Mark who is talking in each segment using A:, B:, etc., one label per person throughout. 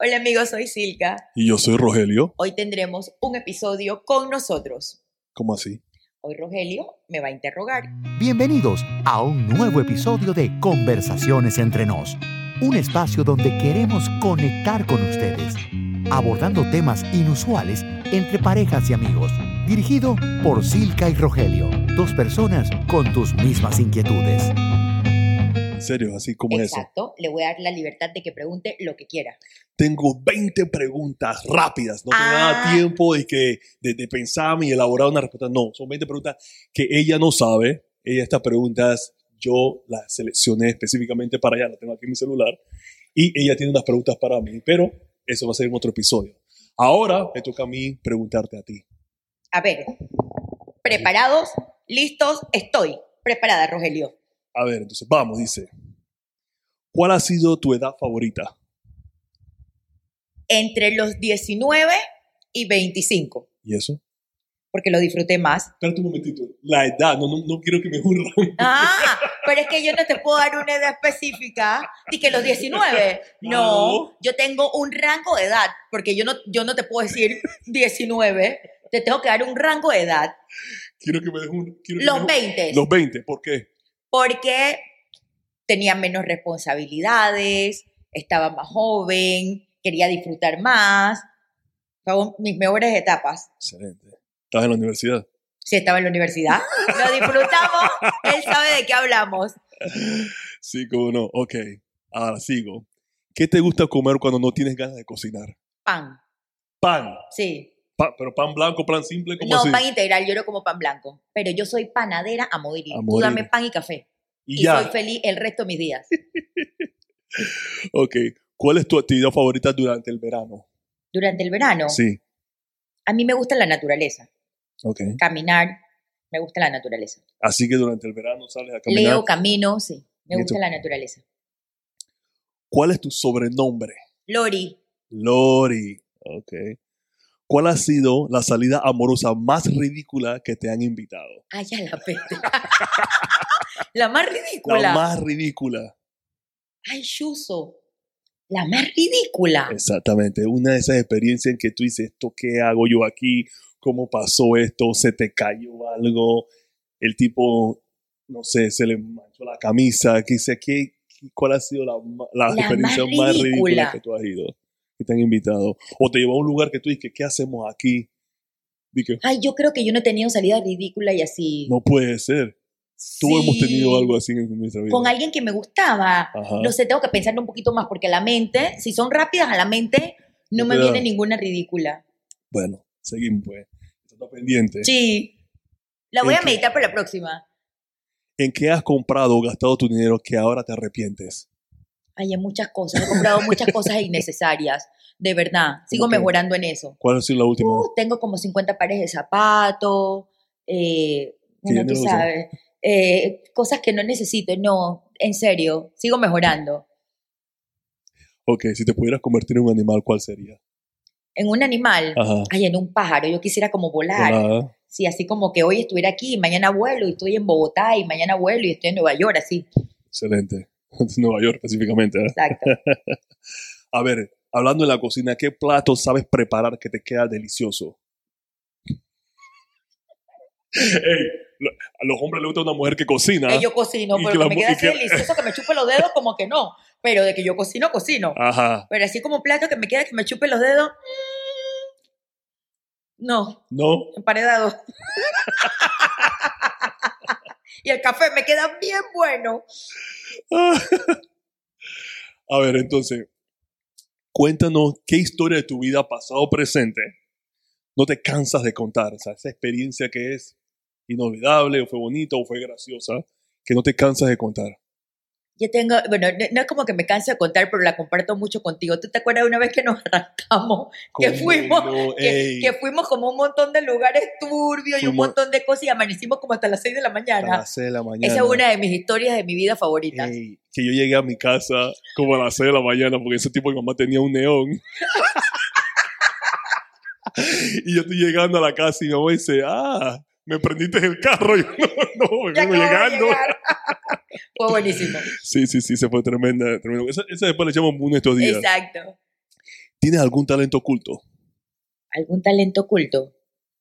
A: Hola amigos, soy Silka.
B: Y yo soy Rogelio.
A: Hoy tendremos un episodio con nosotros.
B: ¿Cómo así?
A: Hoy Rogelio me va a interrogar.
C: Bienvenidos a un nuevo episodio de Conversaciones entre nos, un espacio donde queremos conectar con ustedes, abordando temas inusuales entre parejas y amigos, dirigido por Silka y Rogelio, dos personas con tus mismas inquietudes.
B: En serio, así como es eso.
A: Exacto, le voy a dar la libertad de que pregunte lo que quiera.
B: Tengo 20 preguntas rápidas. No tengo
A: Ah.
B: nada tiempo de, que, de, de pensar y elaborar una respuesta. No, son 20 preguntas que ella no sabe. Ella estas preguntas yo las seleccioné específicamente para ella. Las tengo aquí en mi celular. Y ella tiene unas preguntas para mí. Pero eso va a ser en otro episodio. Ahora me toca a mí preguntarte a ti.
A: A ver, ¿preparados? ¿Listos? Estoy preparada, Rogelio.
B: A ver, entonces vamos, dice. ¿Cuál ha sido tu edad favorita?
A: Entre los 19 y 25,
B: ¿Y eso?
A: porque lo disfruté más.
B: Espérate un momentito. La edad, no, no, no quiero que me jurran.
A: Ah, pero es que yo no te puedo dar una edad específica y que los 19. No,
B: Claro.
A: yo tengo un rango de edad, porque yo no, yo no te puedo decir 19, te tengo que dar un rango de edad.
B: Quiero que me des un. quiero que
A: Los
B: me-
A: 20,
B: Los 20, ¿por qué?
A: porque tenía menos responsabilidades, estaba más joven, quería disfrutar más. Fueron mis mejores etapas.
B: Excelente. Estás en la universidad.
A: Si estaba en la universidad, lo disfrutamos, él sabe de qué hablamos.
B: Sí, cómo no. Ok. Ahora sigo. ¿Qué te gusta comer cuando no tienes ganas de cocinar?
A: Pan,
B: Pan.
A: sí.
B: Pa- pero pan blanco, pan simple, como
A: No,
B: así.
A: pan integral, yo no como pan blanco. Pero yo soy panadera a morir.
B: A
A: Tú
B: morir.
A: dame pan y café.
B: y
A: Y
B: ya.
A: soy feliz el resto de mis días.
B: Ok. ¿Cuál es tu actividad favorita durante el verano?
A: Durante el verano,
B: Sí.
A: a mí me gusta la naturaleza.
B: Ok.
A: Caminar, me gusta la naturaleza.
B: Así que durante el verano sales a caminar.
A: Leo, camino, sí. Me
B: ¿Y
A: gusta
B: tú?
A: la naturaleza.
B: ¿Cuál es tu sobrenombre?
A: Lori,
B: Lori. Ok. ¿Cuál ha sido la salida amorosa más ridícula que te han invitado?
A: Ay, ya la peste. la más ridícula.
B: La más ridícula.
A: Ay, Yuso. La más ridícula.
B: Exactamente, una de esas experiencias en que tú dices, ¿esto qué hago yo aquí? ¿Cómo pasó esto? ¿Se te cayó algo? El tipo, no sé, se le manchó la camisa, que dice, ¿qué, ¿cuál ha sido la, ma- la
A: La
B: experiencia
A: más
B: más, ridícula.
A: ridícula.
B: que tú has ido? Que te han invitado. O te llevó a un lugar que tú dices, ¿qué hacemos aquí? Dije,
A: Ay, yo creo que yo no he tenido salida ridícula y así.
B: no puede ser. Todos hemos
A: Sí.
B: tenido algo así en nuestra vida.
A: Con alguien que me gustaba.
B: Ajá.
A: No sé, tengo que pensarlo un poquito más porque la mente, si son rápidas a la mente, no
B: No
A: me
B: te da.
A: viene ninguna ridícula.
B: Bueno, seguimos pues. Esto Está pendiente.
A: Sí. La voy
B: ¿En
A: a
B: qué?
A: meditar para la próxima.
B: ¿En qué has comprado o gastado tu dinero que ahora te arrepientes?
A: Ay, en muchas cosas. He comprado muchas cosas innecesarias. De verdad. Sigo
B: Ok.
A: mejorando en eso.
B: ¿Cuál ha sido la última?
A: Uh, tengo como 50 pares de zapatos, eh, bueno,
B: ya no
A: tú
B: lo usas.
A: sabes, eh, cosas que no necesito, no, en serio, sigo mejorando.
B: Ok, si te pudieras convertir en un animal, ¿cuál sería?
A: En un animal,
B: Ajá.
A: ay, en un pájaro, yo quisiera como volar,
B: Volada.
A: sí, así como que hoy estuviera aquí, y mañana vuelo, y estoy en Bogotá, y mañana vuelo, y estoy en Nueva York, así,
B: Excelente. Nueva York específicamente. ¿eh?
A: exacto.
B: A ver, hablando de la cocina, ¿qué plato sabes preparar que te queda delicioso? Ey, lo- a los hombres les gusta una mujer que cocina.
A: Eh, yo cocino,
B: Y
A: pero
B: que
A: que
B: la
A: me
B: mu-
A: queda
B: y
A: así
B: que-
A: delicioso, que me chupe los dedos, como que no, pero de que yo cocino, cocino.
B: Ah. Ajá.
A: Pero así como un plato que me queda que me chupe los dedos, mm, no.
B: ¿No?
A: emparedado. y el café me queda bien bueno.
B: a ver, entonces, cuéntanos qué historia de tu vida, pasado o presente, no te cansas de contar. O sea, esa experiencia que es inolvidable, o fue bonita, o fue graciosa, que no te cansas de contar.
A: Yo tengo, bueno, no, no es como que me canso de contar, pero la comparto mucho contigo. ¿Tú te acuerdas de una vez que nos arrancamos? Que
B: ¿Cómo
A: fuimos,
B: no?
A: Que,
B: Ey,
A: que fuimos como a un montón de lugares turbios y un
B: Fuimos-
A: montón de cosas y amanecimos como hasta las 6 de la
B: hasta
A: mañana.
B: las seis de la mañana.
A: Esa es una de mis historias de mi vida favorita.
B: Ey, que yo llegué a mi casa como a las 6 de la mañana porque ese tipo de mamá tenía un neón. y yo estoy llegando a la casa y mi mamá dice, ah, me prendiste el carro. Y yo, no, no, me
A: Ya acababa
B: vengo
A: de
B: llegando.
A: llegar. Fue buenísimo.
B: Sí, sí, sí, se fue tremenda. tremenda. Esa, esa después la echamos uno de estos días.
A: Exacto.
B: ¿Tienes algún talento oculto?
A: ¿Algún talento oculto?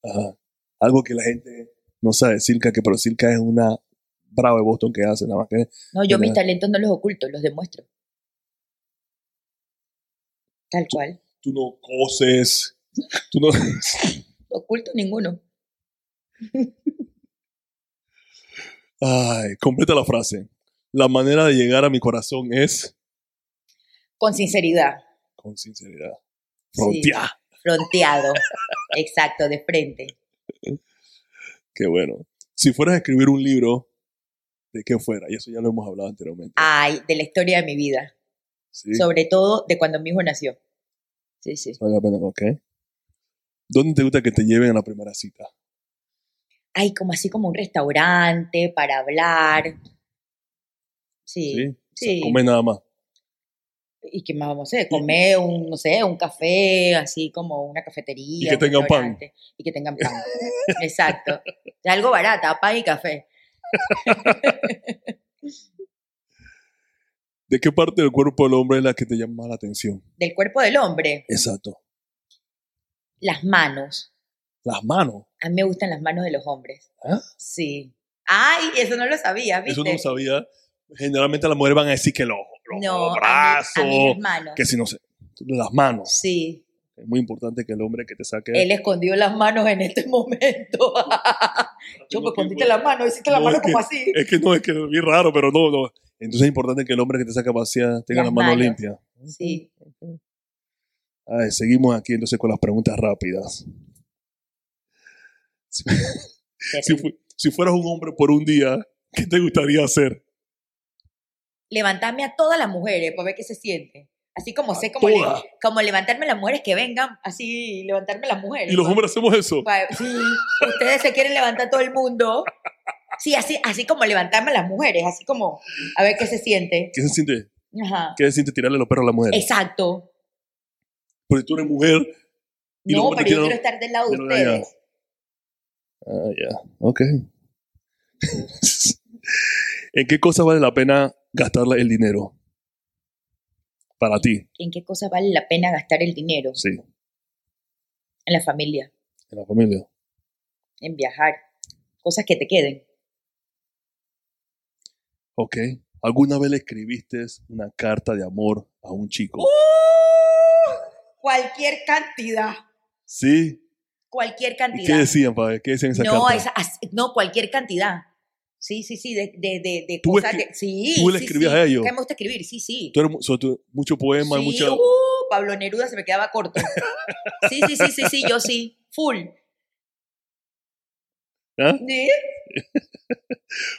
B: Ajá. Algo que la gente no sabe. Circa, que pero Circa es una brava de Boston que hace nada más que.
A: No, yo
B: Mira.
A: mis talentos no los oculto, los demuestro. Tal cual.
B: Tú no coses. Tú no.
A: Oculto ninguno.
B: Ay, completa la frase. La manera de llegar a mi corazón es
A: Con sinceridad.
B: con sinceridad.
A: Sí.
B: Frontear.
A: Fronteado. Exacto, de frente.
B: Qué bueno. Si fueras a escribir un libro, ¿de qué fuera? Y eso ya lo hemos hablado anteriormente.
A: Ay, de la historia de mi vida.
B: Sí.
A: Ah, Sobre todo de cuando mi hijo nació. Sí, sí.
B: Vale la pena, ok. ¿Dónde te gusta que te lleven a la primera cita?
A: Ay, como así como un restaurante para hablar. Sí.
B: Sí.
A: Sí.
B: Come nada más.
A: ¿Y qué más vamos a hacer? Comer un, no sé, un café, así como una cafetería.
B: Y que
A: un
B: tengan pan.
A: restaurante. Y que tengan pan. Exacto. Es algo barata, pan y café.
B: ¿De qué parte del cuerpo del hombre es la que te llama más la atención?
A: Del cuerpo del hombre,
B: Exacto.
A: las manos.
B: Las manos.
A: A mí me gustan las manos de los hombres.
B: ¿Ah?
A: Sí. Ay, eso no lo sabía, ¿viste?
B: Eso no lo sabía. Generalmente las mujeres van a decir que los, los
A: No,
B: brazos,
A: a mí, a mí las manos.
B: que si no sé, las manos.
A: Sí,
B: Es muy importante que el hombre que te saque.
A: él escondió las manos en este momento. Yo
B: pues
A: me escondiste las manos, hiciste las
B: No,
A: manos
B: es que-
A: como así.
B: Es que no, es que es bien raro, pero no, no. Entonces es importante que el hombre que te saca vacía tenga
A: Las
B: las manos
A: manos.
B: limpias.
A: Sí.
B: Ay, Ah, seguimos aquí entonces con las preguntas rápidas. Si,
A: terrible.
B: fu- si fueras un hombre por un día, ¿qué te gustaría hacer?
A: levantarme a todas las mujeres para ver qué se siente. Así como sé,
B: A
A: como, le-
B: todas.
A: como levantarme a las mujeres que vengan, así levantarme a las mujeres.
B: Y los
A: Pa-
B: hombres hacemos eso.
A: pa- sí, ustedes se quieren levantar todo el mundo. Sí, así, así como levantarme a las mujeres, así como a ver qué se siente.
B: ¿Qué se siente?
A: Ajá.
B: ¿Qué se siente tirarle los perros a la mujer?
A: Exacto.
B: Porque tú eres mujer. Y los
A: No,
B: hombres
A: pero yo
B: tienen-
A: quiero estar del lado de
B: tienen allá.
A: ustedes.
B: Ah, ya. Ok. ¿En qué cosa vale la pena gastar el dinero? Para ti,
A: ¿En qué cosa vale la pena gastar el dinero?
B: sí, en
A: En la familia,
B: la familia.
A: en viajar, cosas que te queden.
B: Ok. ¿Alguna vez le escribiste una carta de amor a un chico?
A: Uh.
B: ¡Uh!
A: Cualquier cantidad,
B: Sí.
A: cualquier
B: ¿Y qué
A: cantidad.
B: decían, padre? ¿Qué decían esa
A: No,
B: carta?
A: esa- as- no, cualquier cantidad. Sí, sí, sí, de, de, de, de
B: Tú
A: cosas.
B: escri-
A: de- sí,
B: tú le
A: sí,
B: escribías
A: sí.
B: a ellos.
A: Que me gusta escribir, sí, sí.
B: Tú eres mu- so- tú- mucho poema,
A: Sí,
B: mucha...
A: uh, Pablo Neruda se me quedaba corto. Sí, sí, sí, sí, sí, yo sí. Full. ¿Eh?
B: ¿Ah?
A: ¿Sí?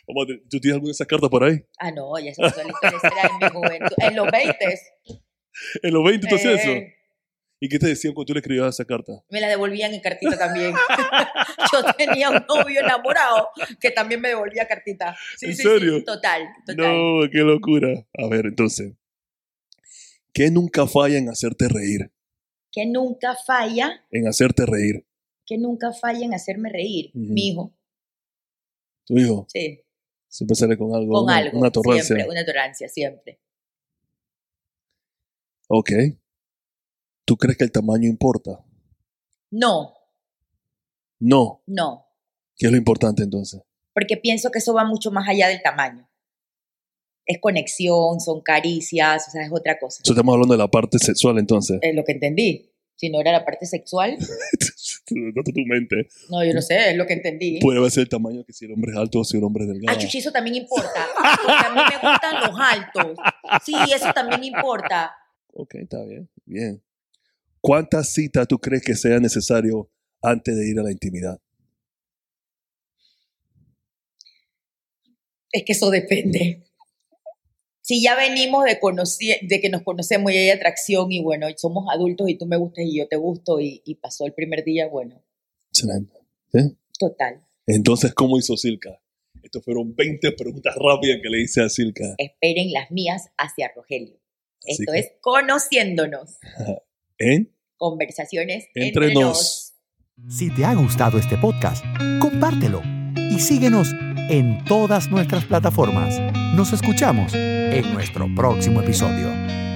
B: Vamos a tener- ¿Tú tienes alguna de esas cartas por ahí?
A: Ah, no, ya se pasó la historia. esa era en mi juventud. En los 20.
B: En los 20 tú hacías
A: eh,
B: eso. ¿Y qué te decían cuando tú le escribías esa carta?
A: Me la devolvían en cartita también. yo tenía un novio enamorado que también me devolvía cartita. Sí,
B: ¿En
A: sí, sí,
B: serio?
A: total, total.
B: No, qué locura. A ver, entonces. ¿Qué nunca falla en hacerte reír?
A: Que nunca falla,
B: En hacerte reír.
A: que nunca falla en hacerme reír.
B: Ujú.
A: Mi hijo,
B: Tu hijo
A: sí.
B: siempre sale con algo.
A: con
B: una,
A: algo.
B: Una torrancia.
A: Siempre, una tolerancia, siempre.
B: Ok. ¿Tú crees que el tamaño importa?
A: No,
B: No.
A: no.
B: ¿Qué es lo importante entonces?
A: Porque pienso que eso va mucho más allá del tamaño. Es conexión, son caricias, o sea, es otra cosa.
B: Eso estamos hablando de la parte sexual entonces.
A: Es lo que entendí. Si no era la parte sexual,
B: No tu mente.
A: no, yo no sé, es lo que entendí.
B: Puede ser el tamaño que si el hombre es alto o si el hombre es delgado.
A: Ah, chuchi, eso también importa. Porque a mí me gustan los altos. Sí, eso también importa.
B: Ok, está bien. Bien. ¿Cuántas citas tú crees que sea necesario antes de ir a la intimidad?
A: Es que eso depende. Si ya venimos de, conoci- de que nos conocemos y hay atracción y bueno, somos adultos y tú me gustas y yo te gusto y, y pasó el primer día, bueno,
B: Excelente.
A: total.
B: Entonces, ¿cómo hizo Silka? Estos fueron 20 preguntas rápidas que le hice a Silka.
A: Esperen las mías hacia Rogelio.
B: Así
A: Esto
B: que,
A: es conociéndonos.
B: ¿eh?
A: Conversaciones
B: Entre
A: entre,
B: nos.
A: nos.
C: Si te ha gustado este podcast, compártelo y síguenos en todas nuestras plataformas. Nos escuchamos en nuestro próximo episodio.